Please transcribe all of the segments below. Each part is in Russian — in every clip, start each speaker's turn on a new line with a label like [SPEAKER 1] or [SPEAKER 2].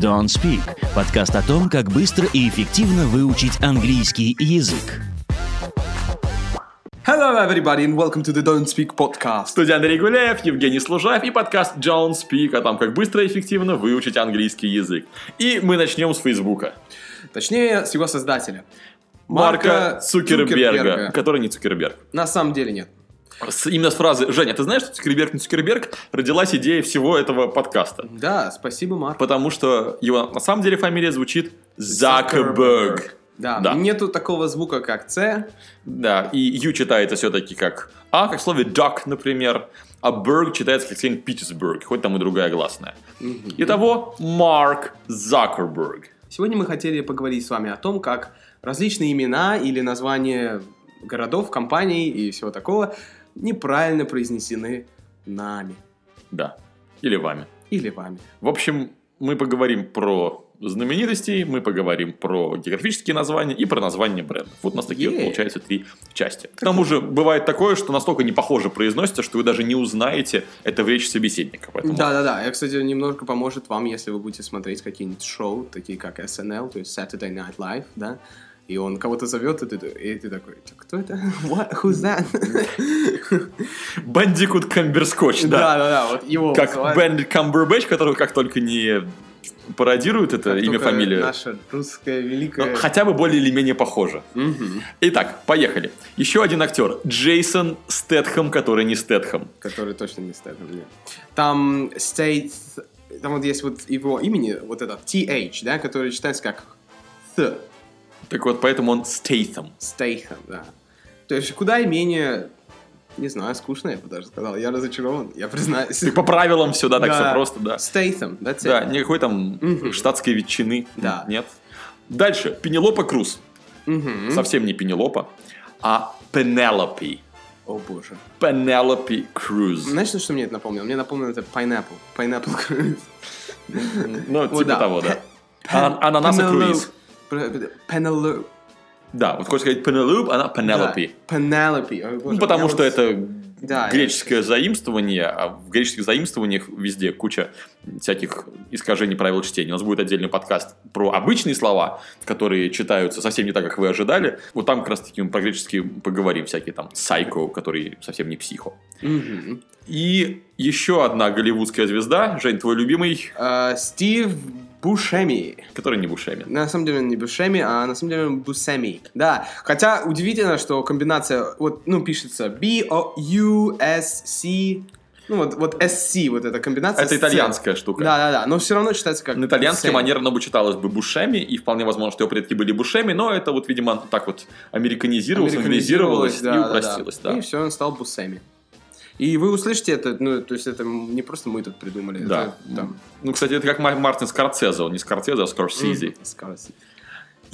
[SPEAKER 1] Don't Speak – подкаст о том, как быстро и эффективно выучить английский язык.
[SPEAKER 2] Hello, everybody, and welcome to the Don't Speak podcast.
[SPEAKER 3] Студия Андрей Гуляев, Евгений Служаев и подкаст John Speak о том, как быстро и эффективно выучить английский язык. И мы начнем с Фейсбука.
[SPEAKER 2] Точнее, с его создателя.
[SPEAKER 3] Марка, Цукерберга, который не Цукерберг.
[SPEAKER 2] На самом деле нет.
[SPEAKER 3] С- именно с фразы «Женя, ты знаешь, что Цукерберг не Цукерберг?» родилась идея всего этого подкаста.
[SPEAKER 2] Да, спасибо, Марк.
[SPEAKER 3] Потому что его на самом деле фамилия звучит Закерберг.
[SPEAKER 2] Да,
[SPEAKER 3] Да.
[SPEAKER 2] нету такого звука, как «ц».
[SPEAKER 3] Да, и «ю» читается все-таки как «а», как в слове «duck», например. А «берг» читается как слово «питтсбург», хоть там и другая гласная. Итого, Марк Закерберг.
[SPEAKER 2] Сегодня мы хотели поговорить с вами о том, как различные имена или названия городов, компаний и всего такого неправильно произнесены нами
[SPEAKER 3] Да, или вами.
[SPEAKER 2] или вами.
[SPEAKER 3] В общем, мы поговорим про знаменитостей, мы поговорим про географические названия и про название брендов. Вот у нас такие вот
[SPEAKER 2] Е.
[SPEAKER 3] получаются три части. К тому же бывает такое, что настолько непохоже произносится, что вы даже не узнаете это в речи собеседника. Поэтому
[SPEAKER 2] Да-да-да, я, кстати, немножко поможет вам, если вы будете смотреть какие-нибудь шоу, такие как SNL, то есть Saturday Night Live, да? И он кого-то зовет, и ты, и ты такой, «Чё, кто это? What? Who's that?
[SPEAKER 3] Бандикут Камберскотч, да.
[SPEAKER 2] Да-да-да, вот его
[SPEAKER 3] Как
[SPEAKER 2] называют.
[SPEAKER 3] Бендит Камбербэтч, которого как только не пародируют это
[SPEAKER 2] Как
[SPEAKER 3] имя,
[SPEAKER 2] только э,
[SPEAKER 3] фамилию.
[SPEAKER 2] Наша русская
[SPEAKER 3] но
[SPEAKER 2] великая...
[SPEAKER 3] хотя бы более или менее похоже.
[SPEAKER 2] Мгм.
[SPEAKER 3] Итак, поехали. Еще один актер. Джейсон Стэтхэм, который не Стэтхэм.
[SPEAKER 2] Который точно не Стэтхэм, нет. Там State... Там вот есть вот его имени, вот этот TH, да, который читается как Th,
[SPEAKER 3] Так вот, поэтому он Стейтем.
[SPEAKER 2] Стейхем, да. То есть куда и менее... Не знаю, скучно, я бы даже сказал. Я разочарован, я признаюсь.
[SPEAKER 3] Ты по правилам все, да, так
[SPEAKER 2] Да.
[SPEAKER 3] все просто, да.
[SPEAKER 2] Стейтем, that's it.
[SPEAKER 3] Да, никакой там
[SPEAKER 2] Мгм.
[SPEAKER 3] штатской ветчины.
[SPEAKER 2] Да.
[SPEAKER 3] Нет. Дальше. Пенелопа Круз.
[SPEAKER 2] Мгм.
[SPEAKER 3] Совсем не Пенелопа, а Пенелопи.
[SPEAKER 2] О боже.
[SPEAKER 3] Пенелопи Круз.
[SPEAKER 2] Знаешь, на что мне это напомнило? Мне напомнило это Pineapple. Pineapple Cruise.
[SPEAKER 3] Ну,
[SPEAKER 2] О,
[SPEAKER 3] типа
[SPEAKER 2] да.
[SPEAKER 3] того, да.
[SPEAKER 2] Пе-
[SPEAKER 3] А- Ананасы Круиз.
[SPEAKER 2] э, Пенелопе.
[SPEAKER 3] Да, вот хочешь сказать Пенелоп, она Пенелопи.
[SPEAKER 2] Пенелопе. О, боже,
[SPEAKER 3] Ну, потому
[SPEAKER 2] я
[SPEAKER 3] что
[SPEAKER 2] вот-
[SPEAKER 3] это
[SPEAKER 2] Да,
[SPEAKER 3] греческое заимствование, а в греческих заимствованиях везде куча всяких искажений правил чтения. У нас будет отдельный подкаст про обычные слова, которые читаются совсем не так, как вы ожидали. Вот там как раз таки мы про греческие поговорим, всякие там сайко, который совсем не психо.
[SPEAKER 2] Мгм.
[SPEAKER 3] И еще одна голливудская звезда, Жень, твой любимый,
[SPEAKER 2] Э, Стив Бушеми.
[SPEAKER 3] который не Бушемин.
[SPEAKER 2] На самом деле он не Бушеми, а на самом деле он Бусеми. Да, хотя удивительно, что комбинация, вот, ну, пишется B-O-U-S-C, ну, вот, вот SC, вот эта комбинация.
[SPEAKER 3] Это
[SPEAKER 2] с C.
[SPEAKER 3] итальянская штука.
[SPEAKER 2] Да-да-да, но все равно читается как
[SPEAKER 3] На итальянском
[SPEAKER 2] Buscemi.
[SPEAKER 3] манерно бы читалось бы бушеми, и вполне возможно, что его предки были бушеми, но это вот, видимо, так вот американизировалось, англизировалось и
[SPEAKER 2] да-да-да.
[SPEAKER 3] упростилось. Да,
[SPEAKER 2] И все, он стал Бусеми. И вы услышите это, ну, то есть это не просто мы тут придумали.
[SPEAKER 3] Да.
[SPEAKER 2] это там.
[SPEAKER 3] Ну, кстати, это как Мар- Мартин Скорцезе, он не Скорцезе, а Скорсизи.
[SPEAKER 2] Скорость.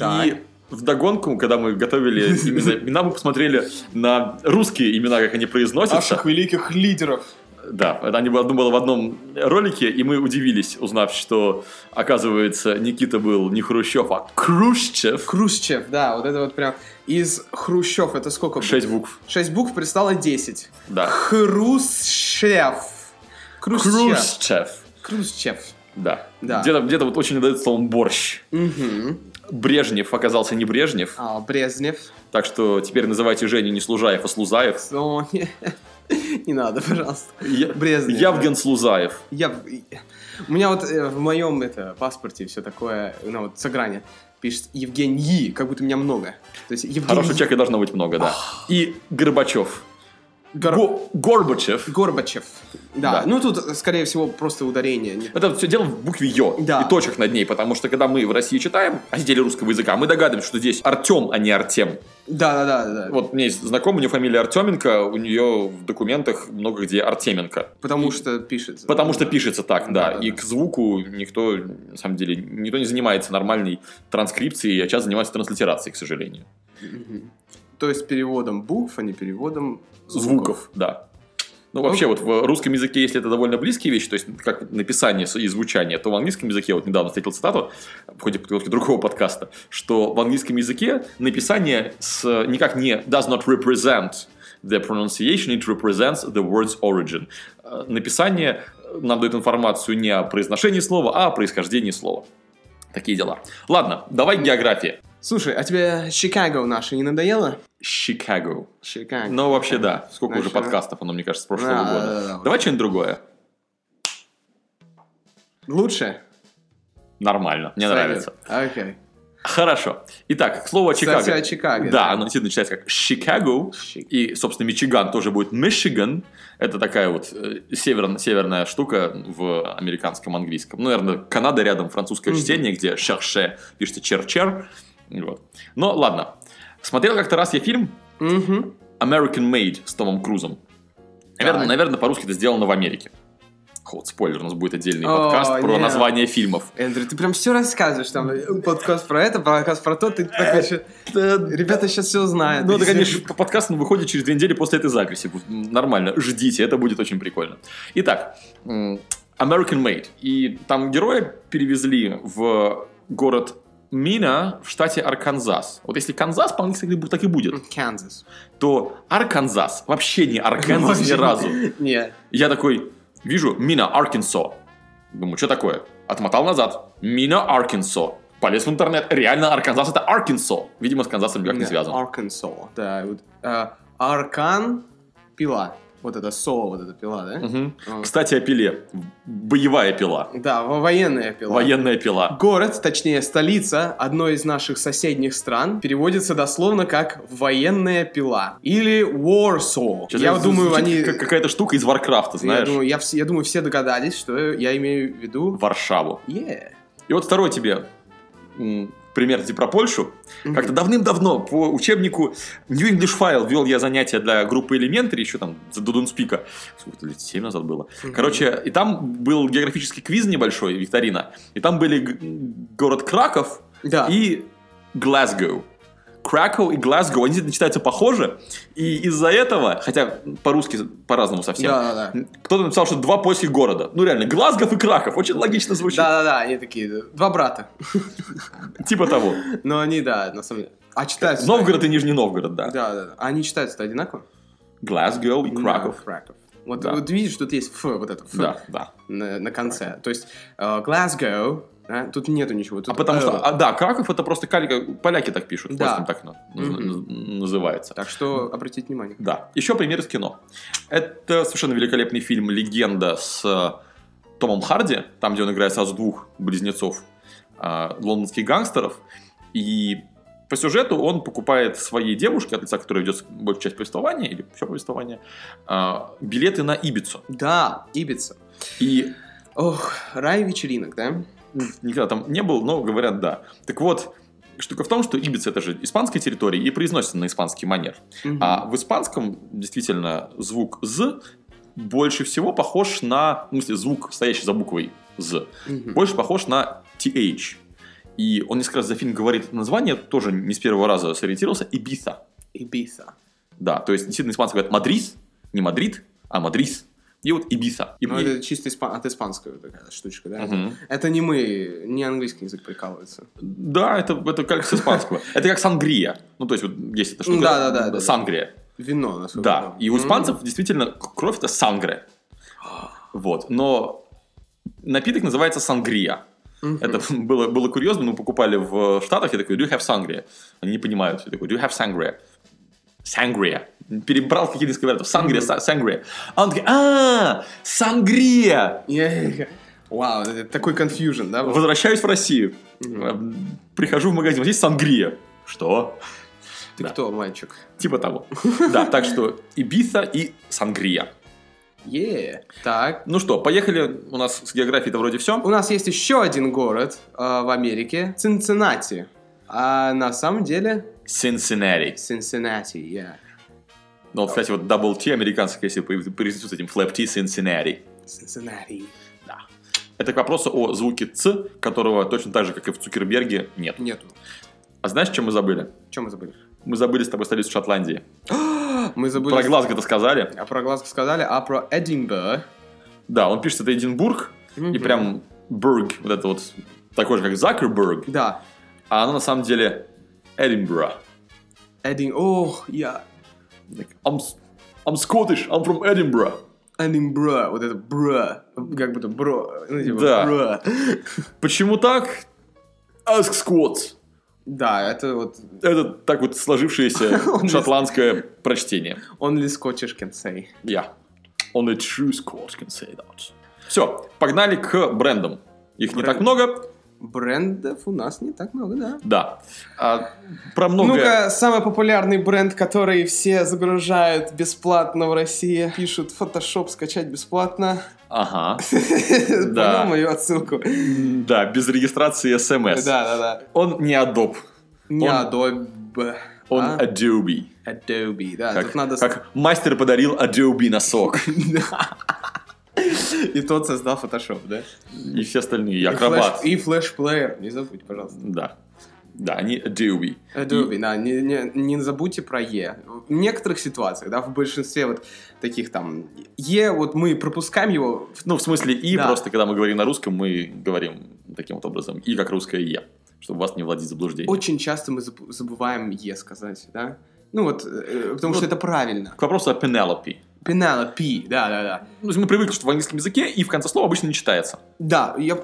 [SPEAKER 3] И вдогонку, когда мы готовили имена- имена, мы посмотрели на русские имена, как они произносятся.
[SPEAKER 2] Наших великих лидеров.
[SPEAKER 3] Да, это они было- одно было в одном ролике, и мы удивились, узнав, что, оказывается, Никита был не Хрущев, а Крущев.
[SPEAKER 2] Хрущев, да, вот это вот прям из Хрущев, это сколько? было?
[SPEAKER 3] Шесть букв,
[SPEAKER 2] 6 букв пристало 10.
[SPEAKER 3] да.
[SPEAKER 2] Хрущев. Хрущев.
[SPEAKER 3] Крущев.
[SPEAKER 2] Хрущев.
[SPEAKER 3] Да.
[SPEAKER 2] Да.
[SPEAKER 3] Где-то где вот очень дает словом борщ.
[SPEAKER 2] Угу.
[SPEAKER 3] Брежнев оказался не Брежнев,
[SPEAKER 2] А, Брежнев.
[SPEAKER 3] так что теперь называйте Женю не Служаев, а Слузаев.
[SPEAKER 2] О, не, не надо, пожалуйста.
[SPEAKER 3] Я-
[SPEAKER 2] Брежнев.
[SPEAKER 3] Явген Слузаев.
[SPEAKER 2] Я, у меня вот э, в моем это, паспорте все такое, ну вот, сограние, пишет Евгений, как будто меня много. То есть Евгений...
[SPEAKER 3] Хорошего человека должно быть много, да. И Горбачев.
[SPEAKER 2] Гор-
[SPEAKER 3] Го- Горбачев.
[SPEAKER 2] Горбачев. Да.
[SPEAKER 3] Да.
[SPEAKER 2] ну тут, скорее всего, просто ударение. Не-
[SPEAKER 3] Это все дело в букве Ё
[SPEAKER 2] Да.
[SPEAKER 3] и точек над ней, потому что когда мы в России читаем носители русского языка, мы догадываемся, что здесь Артем, а не Артем.
[SPEAKER 2] Да-да-да. да.
[SPEAKER 3] Вот у меня есть знакомый, у нее фамилия Артеменко, у нее в документах много где Артеменко.
[SPEAKER 2] Потому что э, пишется.
[SPEAKER 3] Потому что пишется так, да.
[SPEAKER 2] Да-да-да.
[SPEAKER 3] И к звуку никто, на самом деле, никто не занимается нормальной транскрипцией, а сейчас занимается транслитерацией, к сожалению.
[SPEAKER 2] Мгм. То есть переводом букв, а не переводом звуков.
[SPEAKER 3] Звуков, да. Ну, вообще, вот в русском языке, если это довольно близкие вещи, то есть как написание и звучание, то в английском языке, вот недавно встретил цитату в ходе подготовки другого подкаста, что в английском языке написание с, никак не does not represent the pronunciation, it represents the word's origin. Э, Написание нам дает информацию не о произношении слова, а о происхождении слова. Такие дела. Ладно, давай к географии.
[SPEAKER 2] Слушай, а тебе Чикаго наше не надоело?
[SPEAKER 3] Чикаго.
[SPEAKER 2] Чикаго.
[SPEAKER 3] Ну, вообще, да. Сколько уже
[SPEAKER 2] Значит, да.
[SPEAKER 3] подкастов, оно, мне кажется, с прошлого
[SPEAKER 2] Да,
[SPEAKER 3] года.
[SPEAKER 2] да, да, да.
[SPEAKER 3] Давай что-нибудь другое.
[SPEAKER 2] Лучше?
[SPEAKER 3] Нормально, мне
[SPEAKER 2] Салют.
[SPEAKER 3] нравится.
[SPEAKER 2] Окей.
[SPEAKER 3] Хорошо. Итак, к слову о Чикаго.
[SPEAKER 2] Кстати, о Чикаго.
[SPEAKER 3] Да, оно действительно читается как Chicago.
[SPEAKER 2] Щи-
[SPEAKER 3] И, собственно, Мичиган тоже будет Michigan. Это такая вот э, северн- северная штука в американском английском. Ну, наверное, Канада рядом, французское
[SPEAKER 2] Мгм.
[SPEAKER 3] чтение, где шерше пишется черчер. Вот. Но ладно. Смотрел как-то раз я фильм
[SPEAKER 2] Мгм.
[SPEAKER 3] American Made с Томом Крузом. Наверное,
[SPEAKER 2] Так.
[SPEAKER 3] наверное по-русски это сделано в Америке. Вот, спойлер, у нас будет отдельный
[SPEAKER 2] О,
[SPEAKER 3] подкаст про
[SPEAKER 2] нет.
[SPEAKER 3] название фильмов.
[SPEAKER 2] Эндрю, ты прям все рассказываешь, там э, подкаст про это, подкаст про то, ты такой ещё, Ребята сейчас все знают.
[SPEAKER 3] Ну, это, конечно, п- подкаст ну, выходит через две недели после этой записи. М, Нормально, ждите, это будет очень прикольно. Итак, м, American Made. И там героя перевезли в город Мина в штате Арканзас. Вот если Канзас по-английски так и бу- так и будет,
[SPEAKER 2] Канзас.
[SPEAKER 3] то Арканзас вообще не Арканзас ни
[SPEAKER 2] Вообще.
[SPEAKER 3] разу.
[SPEAKER 2] Нет.
[SPEAKER 3] Я такой, вижу, Мина, Аркинсо. Думаю, что такое? Отмотал назад. Мина, Аркинсо. Полез в интернет. Реально, Арканзас это Аркинсо. Видимо, с Канзасом никак не
[SPEAKER 2] Нет,
[SPEAKER 3] связано.
[SPEAKER 2] Arkansas. Да, вот, э, Аркан пила. Вот это со, вот эта пила, да?
[SPEAKER 3] Мгм.
[SPEAKER 2] А.
[SPEAKER 3] Кстати, о пиле. Боевая пила.
[SPEAKER 2] Да, во- военная пила.
[SPEAKER 3] Военная пила.
[SPEAKER 2] Город, точнее столица одной из наших соседних стран переводится дословно как военная пила или Warsaw.
[SPEAKER 3] Чё-то
[SPEAKER 2] я
[SPEAKER 3] это
[SPEAKER 2] думаю,
[SPEAKER 3] звучит
[SPEAKER 2] они,
[SPEAKER 3] как какая-то штука из
[SPEAKER 2] я
[SPEAKER 3] Варкрафта, знаешь?
[SPEAKER 2] думаю, я, вс- я думаю, все догадались, что я имею в виду.
[SPEAKER 3] Варшаву.
[SPEAKER 2] Yeah.
[SPEAKER 3] И вот второй тебе м, пример типа про Польшу.
[SPEAKER 2] Мгм.
[SPEAKER 3] Как-то давным-давно по учебнику New English File вел я занятия для группы Elementary, еще там за Дудунспика. Сколько-то лет, 7 назад было.
[SPEAKER 2] Мгм.
[SPEAKER 3] Короче, и там был географический квиз небольшой, викторина. И там были г- город Краков
[SPEAKER 2] Да.
[SPEAKER 3] и Глазго. Краков и Глазго, они действительно читаются похоже. И из-за этого, хотя по-русски по-разному совсем,
[SPEAKER 2] Да, да, да.
[SPEAKER 3] кто-то написал, что два польских города. Ну реально, Глазгов и Краков. Очень логично звучит.
[SPEAKER 2] Да, да, да, они такие, два брата.
[SPEAKER 3] Типа того.
[SPEAKER 2] Но они, да, на самом деле. А читаются...
[SPEAKER 3] Новгород и Нижний Новгород, да.
[SPEAKER 2] Да, да, да. Они читаются-то одинаково?
[SPEAKER 3] Глазго и Краков.
[SPEAKER 2] Да, Краков. Вот,
[SPEAKER 3] Да.
[SPEAKER 2] вот видишь, тут есть «ф», вот это «ф»
[SPEAKER 3] Да, да.
[SPEAKER 2] на, на конце. То есть э, Glasgow, да, тут нету ничего.
[SPEAKER 3] А
[SPEAKER 2] тут
[SPEAKER 3] потому
[SPEAKER 2] «э».
[SPEAKER 3] что, а, да, Краков это просто калька, поляки так пишут,
[SPEAKER 2] Да.
[SPEAKER 3] просто так на- наз- называется.
[SPEAKER 2] Так что обратите внимание.
[SPEAKER 3] Да. Еще пример из кино. Это совершенно великолепный фильм «Легенда» с э, Томом Харди, там, где он играет сразу двух близнецов э, лондонских гангстеров. И по сюжету он покупает своей девушке, от лица которой идет большая часть повествования, или все повествование, э, билеты на Ибицу.
[SPEAKER 2] Да, Ибица.
[SPEAKER 3] И
[SPEAKER 2] Ох, рай вечеринок, да?
[SPEAKER 3] никогда там не был, но говорят да. Так вот, штука в том, что Ибица это же испанская территория и произносится на испанский манер.
[SPEAKER 2] Мгм.
[SPEAKER 3] А в испанском действительно звук «з» больше всего похож на... ну, В смысле, звук, стоящий за буквой «з»,
[SPEAKER 2] Мгм.
[SPEAKER 3] больше похож на «th». И он несколько раз за фильм говорит это название, тоже не с первого раза сориентировался, «Ибиса».
[SPEAKER 2] Ибица.
[SPEAKER 3] Да, то есть действительно испанцы говорят «Мадрис», не «Мадрид», а «Мадрис». И вот «Ибиса». И-
[SPEAKER 2] Ну,
[SPEAKER 3] и-
[SPEAKER 2] это чисто испа- от испанского такая штучка, да?
[SPEAKER 3] Мгм.
[SPEAKER 2] Это не мы, не английский язык прикалывается.
[SPEAKER 3] Да, это, это как с испанского. Это как сангрия. Ну, то есть, вот есть эта штука.
[SPEAKER 2] Да-да-да, да.
[SPEAKER 3] Сангрия.
[SPEAKER 2] Вино, насколько я
[SPEAKER 3] Да,
[SPEAKER 2] помню.
[SPEAKER 3] и у
[SPEAKER 2] М.
[SPEAKER 3] испанцев действительно к- кровь это сангре. Вот, но напиток называется сангрия.
[SPEAKER 2] Мгм.
[SPEAKER 3] Это было, было курьезно, мы покупали в Штатах, я такой, do you have sangria? Они не понимают, я такой, do you have sangria? Sangria. Перебрал какие-то из вариантов. Sangria, са- sangria. А он такой, а, сангрия!
[SPEAKER 2] Я- Вау, это такой конфьюжн, да? был?
[SPEAKER 3] Возвращаюсь в Россию. Эм, Прихожу в магазин, вот здесь сангрия. Что?
[SPEAKER 2] Ты
[SPEAKER 3] да.
[SPEAKER 2] кто, мальчик?
[SPEAKER 3] Типа того. Да, так что Ибиса и сангрия.
[SPEAKER 2] Е, так.
[SPEAKER 3] Ну что, поехали. У нас с географией-то вроде все.
[SPEAKER 2] У нас есть еще один город э, в Америке, Цинциннати. А на самом деле
[SPEAKER 3] Cincinnati.
[SPEAKER 2] Цинциннати, я.
[SPEAKER 3] Ну, вот, кстати, вот Double T американский, если по- произнесут с этим Flap T Cincinnati.
[SPEAKER 2] Цинциннати.
[SPEAKER 3] Да. Это к вопросу о звуке «ц», которого точно так же, как и в Цукерберге, нет.
[SPEAKER 2] Нету.
[SPEAKER 3] А знаешь, чем мы забыли?
[SPEAKER 2] Чем мы забыли?
[SPEAKER 3] Мы забыли с тобой столицу Шотландии.
[SPEAKER 2] Мы забыли...
[SPEAKER 3] Про Глазго-то сказали.
[SPEAKER 2] А про Глазго сказали, а про Эдинбург.
[SPEAKER 3] Да, он пишет это Эдинбург, и
[SPEAKER 2] Мгм.
[SPEAKER 3] прям Бург, вот это вот, такой же, как Закерберг,
[SPEAKER 2] Да.
[SPEAKER 3] а оно на самом деле Эдинбург.
[SPEAKER 2] Эдин... Ох, я...
[SPEAKER 3] I'm, s- I'm Scottish, I'm from Edinburgh.
[SPEAKER 2] Эдинбург. Вот это бра. Как будто бро. Ну, типа,
[SPEAKER 3] Да.
[SPEAKER 2] бра.
[SPEAKER 3] Почему так? Ask Squats.
[SPEAKER 2] Да, это вот
[SPEAKER 3] Это так вот сложившееся
[SPEAKER 2] Он не-
[SPEAKER 3] шотландское прочтение.
[SPEAKER 2] only Scottish can say.
[SPEAKER 3] Я. Only true Scots can say that. Все, погнали к брендам. Их не
[SPEAKER 2] Бренд.
[SPEAKER 3] так много,
[SPEAKER 2] Брендов у нас не так много, да.
[SPEAKER 3] да. А, про многое...
[SPEAKER 2] Ну-ка, самый популярный бренд, который все загружают бесплатно в России. Пишут Photoshop скачать бесплатно.
[SPEAKER 3] Ага. Да.
[SPEAKER 2] Понял мою отсылку?
[SPEAKER 3] М, Да, без регистрации
[SPEAKER 2] Да,
[SPEAKER 3] смс.
[SPEAKER 2] да, да.
[SPEAKER 3] Он не Adobe,
[SPEAKER 2] Не
[SPEAKER 3] Он-
[SPEAKER 2] Adobe.
[SPEAKER 3] он
[SPEAKER 2] А?
[SPEAKER 3] Adobe.
[SPEAKER 2] Adobe, да.
[SPEAKER 3] Как,
[SPEAKER 2] Тут надо... с-
[SPEAKER 3] как мастер подарил Adobe носок.
[SPEAKER 2] И тот создал Photoshop, да?
[SPEAKER 3] И все остальные, и
[SPEAKER 2] И
[SPEAKER 3] акробат.
[SPEAKER 2] флеш- И флеш-плеер, не забудь, пожалуйста.
[SPEAKER 3] Да. Да, они Adobe.
[SPEAKER 2] Adobe, да, не, не- не забудьте про Е. В некоторых ситуациях, да, в большинстве вот таких там... Е, вот мы пропускаем его,
[SPEAKER 3] Ну, в смысле, и
[SPEAKER 2] Да.
[SPEAKER 3] просто, когда мы говорим на русском, мы говорим таким вот образом. И как русское «е», чтобы вас не владеть заблуждением.
[SPEAKER 2] Очень часто мы заб- забываем «е» сказать, да? Ну вот, э, потому
[SPEAKER 3] Ну,
[SPEAKER 2] что это правильно.
[SPEAKER 3] К вопросу о Penelope.
[SPEAKER 2] Пенала, пи, да-да-да.
[SPEAKER 3] Ну, то есть мы привыкли, что в английском языке и в конце слова обычно не читается.
[SPEAKER 2] Да, я...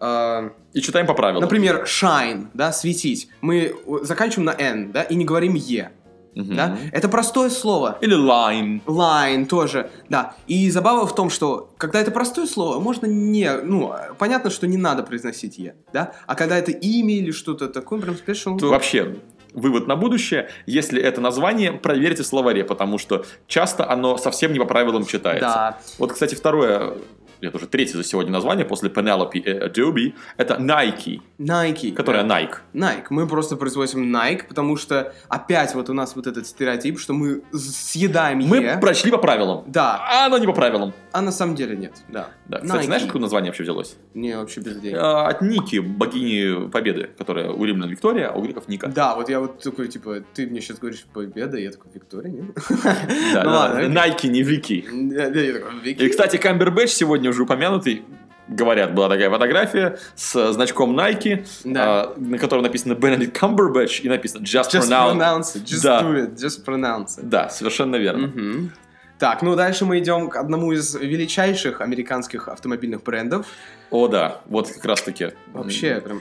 [SPEAKER 2] э,
[SPEAKER 3] И читаем по правилам.
[SPEAKER 2] например, shine, да, светить. Мы э, заканчиваем на n, да, и не говорим е,
[SPEAKER 3] Мгм.
[SPEAKER 2] да? Это простое слово.
[SPEAKER 3] Или line.
[SPEAKER 2] Line тоже, да. И забава в том, что когда это простое слово, можно не, ну, э, понятно, что не надо произносить е, да. А когда это имя или что-то такое, прям спешил.
[SPEAKER 3] То вообще, вывод на будущее, если это название, проверьте в словаре, потому что часто оно совсем не по правилам читается.
[SPEAKER 2] Да.
[SPEAKER 3] Вот, кстати, второе, нет, уже третье за сегодня название после Penelope и Adobe, это Nike,
[SPEAKER 2] Nike. Э,
[SPEAKER 3] которая Nike.
[SPEAKER 2] Nike. Мы просто производим Nike, потому что опять вот у нас вот этот стереотип, что мы з- съедаем
[SPEAKER 3] Мы
[SPEAKER 2] Е.
[SPEAKER 3] прочли по правилам,
[SPEAKER 2] Да,
[SPEAKER 3] а оно не по правилам.
[SPEAKER 2] а на самом деле нет, да.
[SPEAKER 3] Да, кстати,
[SPEAKER 2] Nike.
[SPEAKER 3] знаешь, откуда название вообще взялось?
[SPEAKER 2] Мне вообще без
[SPEAKER 3] Э,
[SPEAKER 2] идей.
[SPEAKER 3] От Ники, богини Победы, которая у римлян Виктория, а у греков Ника.
[SPEAKER 2] Да, вот я вот такой, типа, ты мне сейчас говоришь победа, я такой, Виктория, нет?
[SPEAKER 3] Да,
[SPEAKER 2] Ну
[SPEAKER 3] да,
[SPEAKER 2] ладно, окей.
[SPEAKER 3] Nike, не Вики.
[SPEAKER 2] Да, да, я такой, «Вики?»
[SPEAKER 3] И, кстати, Камбербэтч сегодня уже упомянутый, говорят, была такая фотография с значком Nike,
[SPEAKER 2] Да.
[SPEAKER 3] а, на котором написано Benedict Камбербэтч и написано Just,
[SPEAKER 2] Just
[SPEAKER 3] for now.
[SPEAKER 2] pronounce it, just
[SPEAKER 3] Да.
[SPEAKER 2] do it, just pronounce it.
[SPEAKER 3] Да, совершенно верно.
[SPEAKER 2] Мгм. Так, ну дальше мы идем к одному из величайших американских автомобильных брендов.
[SPEAKER 3] О, да, вот как раз-таки.
[SPEAKER 2] Вообще, прям...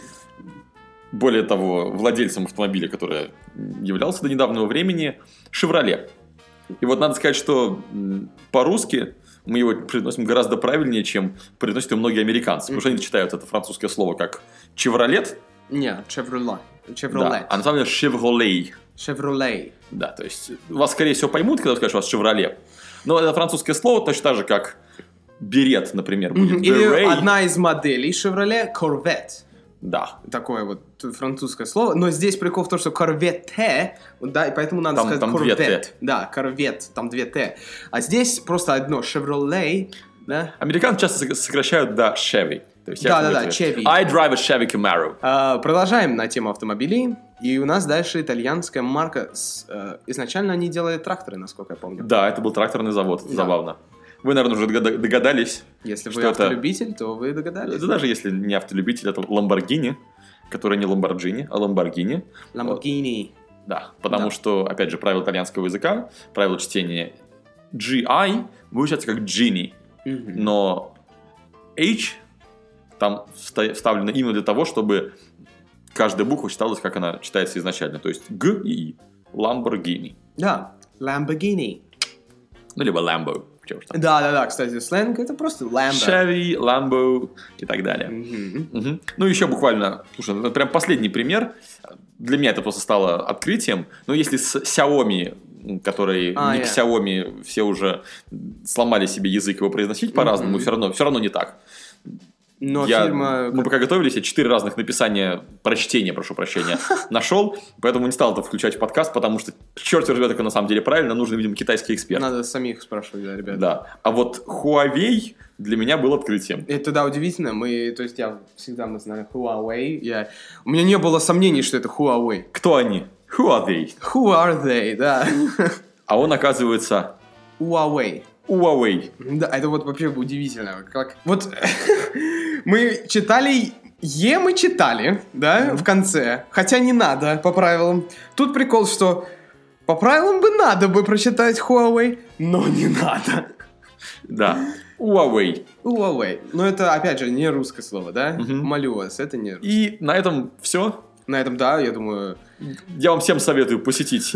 [SPEAKER 3] Более того, владельцем автомобиля, который являлся до недавнего времени, Chevrolet. И вот надо сказать, что м, по-русски мы его произносим гораздо правильнее, чем произносят его многие американцы. Потому что они читают это французское слово как «чевролет»,
[SPEAKER 2] Не, Chevrolet.
[SPEAKER 3] да,
[SPEAKER 2] Chevrolet.
[SPEAKER 3] а на самом деле «шевролей».
[SPEAKER 2] Chevrolet.
[SPEAKER 3] Да, то есть вас, скорее всего, поймут, когда скажут, что у вас «шевроле». Но это французское слово точно так же, как «берет», например, будет
[SPEAKER 2] Мгм. Или
[SPEAKER 3] «beret».
[SPEAKER 2] одна из моделей Chevrolet Corvette.
[SPEAKER 3] Да,
[SPEAKER 2] Такое вот французское слово. Но здесь прикол в том, что Corvette, да, и поэтому надо
[SPEAKER 3] Там-
[SPEAKER 2] сказать
[SPEAKER 3] там две
[SPEAKER 2] Corvette.
[SPEAKER 3] «Т».
[SPEAKER 2] Да, Corvette, там две Т. А здесь просто одно Chevrolet, да.
[SPEAKER 3] Американцы часто сог- сокращают до Chevy. То есть я
[SPEAKER 2] Да-да-да,
[SPEAKER 3] говорю,
[SPEAKER 2] Chevy.
[SPEAKER 3] I drive a Chevy Camaro.
[SPEAKER 2] А, продолжаем на тему автомобилей. И у нас дальше итальянская марка. с, э, изначально они делали тракторы, насколько я помню.
[SPEAKER 3] Да, это был тракторный завод, это
[SPEAKER 2] Да.
[SPEAKER 3] забавно. Вы, наверное, уже догада- догадались.
[SPEAKER 2] Если вы
[SPEAKER 3] Что это?
[SPEAKER 2] автолюбитель, то вы догадались.
[SPEAKER 3] Это даже если не автолюбитель, это Ламборгини, который не Ламборджини, а Ламборгини.
[SPEAKER 2] Lamborghini.
[SPEAKER 3] Да, потому
[SPEAKER 2] Да.
[SPEAKER 3] что, опять же, правило итальянского языка, правило чтения GI выучается как Gini,
[SPEAKER 2] Мгм.
[SPEAKER 3] но H там вста- вставлено именно для того, чтобы каждая буква читалась, как она читается изначально. То есть Г и И. Ламборгини.
[SPEAKER 2] Да, Lamborghini.
[SPEAKER 3] Ну, либо Lambo. чего уж там.
[SPEAKER 2] Да-да-да, кстати, сленг это просто Lambo.
[SPEAKER 3] Chevy, Lambo и так далее.
[SPEAKER 2] Мгм.
[SPEAKER 3] Мгм. Ну, еще буквально, слушай, ну, прям последний пример. Для меня это просто стало открытием. Но если с Xiaomi, м, который
[SPEAKER 2] А,
[SPEAKER 3] ник
[SPEAKER 2] я.
[SPEAKER 3] Xiaomi, все уже сломали себе язык его произносить по-разному,
[SPEAKER 2] Мгм.
[SPEAKER 3] все равно, все равно не так.
[SPEAKER 2] Но э,
[SPEAKER 3] Я-
[SPEAKER 2] фирма...
[SPEAKER 3] Мы пока готовились, я четыре разных написания, прочтения, прошу прощения, нашел, поэтому не стал это включать в подкаст, потому что, черт возьми, как на самом деле правильно, нужен, видимо, китайский эксперт.
[SPEAKER 2] Надо самих спрашивать, да, ребят.
[SPEAKER 3] Да. А вот Huawei для меня был открытием.
[SPEAKER 2] Это, да, удивительно. Мы, то есть я всегда, мы знали Huawei. Я... У меня не было сомнений, что это Huawei.
[SPEAKER 3] Кто они? Huawei.
[SPEAKER 2] Who are they, да.
[SPEAKER 3] А он, оказывается,
[SPEAKER 2] Huawei.
[SPEAKER 3] Huawei.
[SPEAKER 2] Да, это вот вообще удивительно. Как... Вот мы читали... Е мы читали, да, в конце. Хотя не надо, по правилам. Тут прикол, что по правилам бы надо бы прочитать Huawei, но не надо.
[SPEAKER 3] Да. Huawei.
[SPEAKER 2] Huawei. Но это, опять же, не русское слово, да?
[SPEAKER 3] Мгм.
[SPEAKER 2] Молю вас, это не русское.
[SPEAKER 3] И на этом все.
[SPEAKER 2] На этом, да, я думаю...
[SPEAKER 3] Я вам всем советую посетить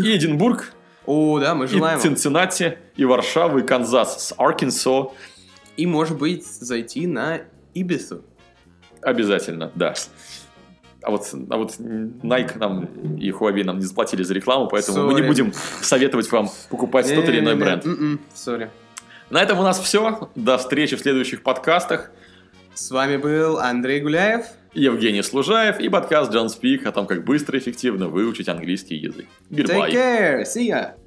[SPEAKER 3] и Эдинбург,
[SPEAKER 2] О, да, мы
[SPEAKER 3] и
[SPEAKER 2] желаем вам.
[SPEAKER 3] Цинциннати, и Варшаву, и Канзас, с Аркинсо.
[SPEAKER 2] И, может быть, зайти на Ибису.
[SPEAKER 3] Обязательно, да. А вот, а вот Nike нам и Huawei нам не заплатили за рекламу, поэтому мы не
[SPEAKER 2] Sorry.
[SPEAKER 3] будем советовать вам покупать тот или иной
[SPEAKER 2] Не-не-не,
[SPEAKER 3] бренд.
[SPEAKER 2] м-м, Сори.
[SPEAKER 3] На этом у нас все. До встречи в следующих подкастах.
[SPEAKER 2] С вами был Андрей Гуляев.
[SPEAKER 3] Евгений Служаев и подкаст John Speak о том, как быстро и эффективно выучить английский язык.
[SPEAKER 2] Take
[SPEAKER 3] Goodbye.
[SPEAKER 2] care. See ya.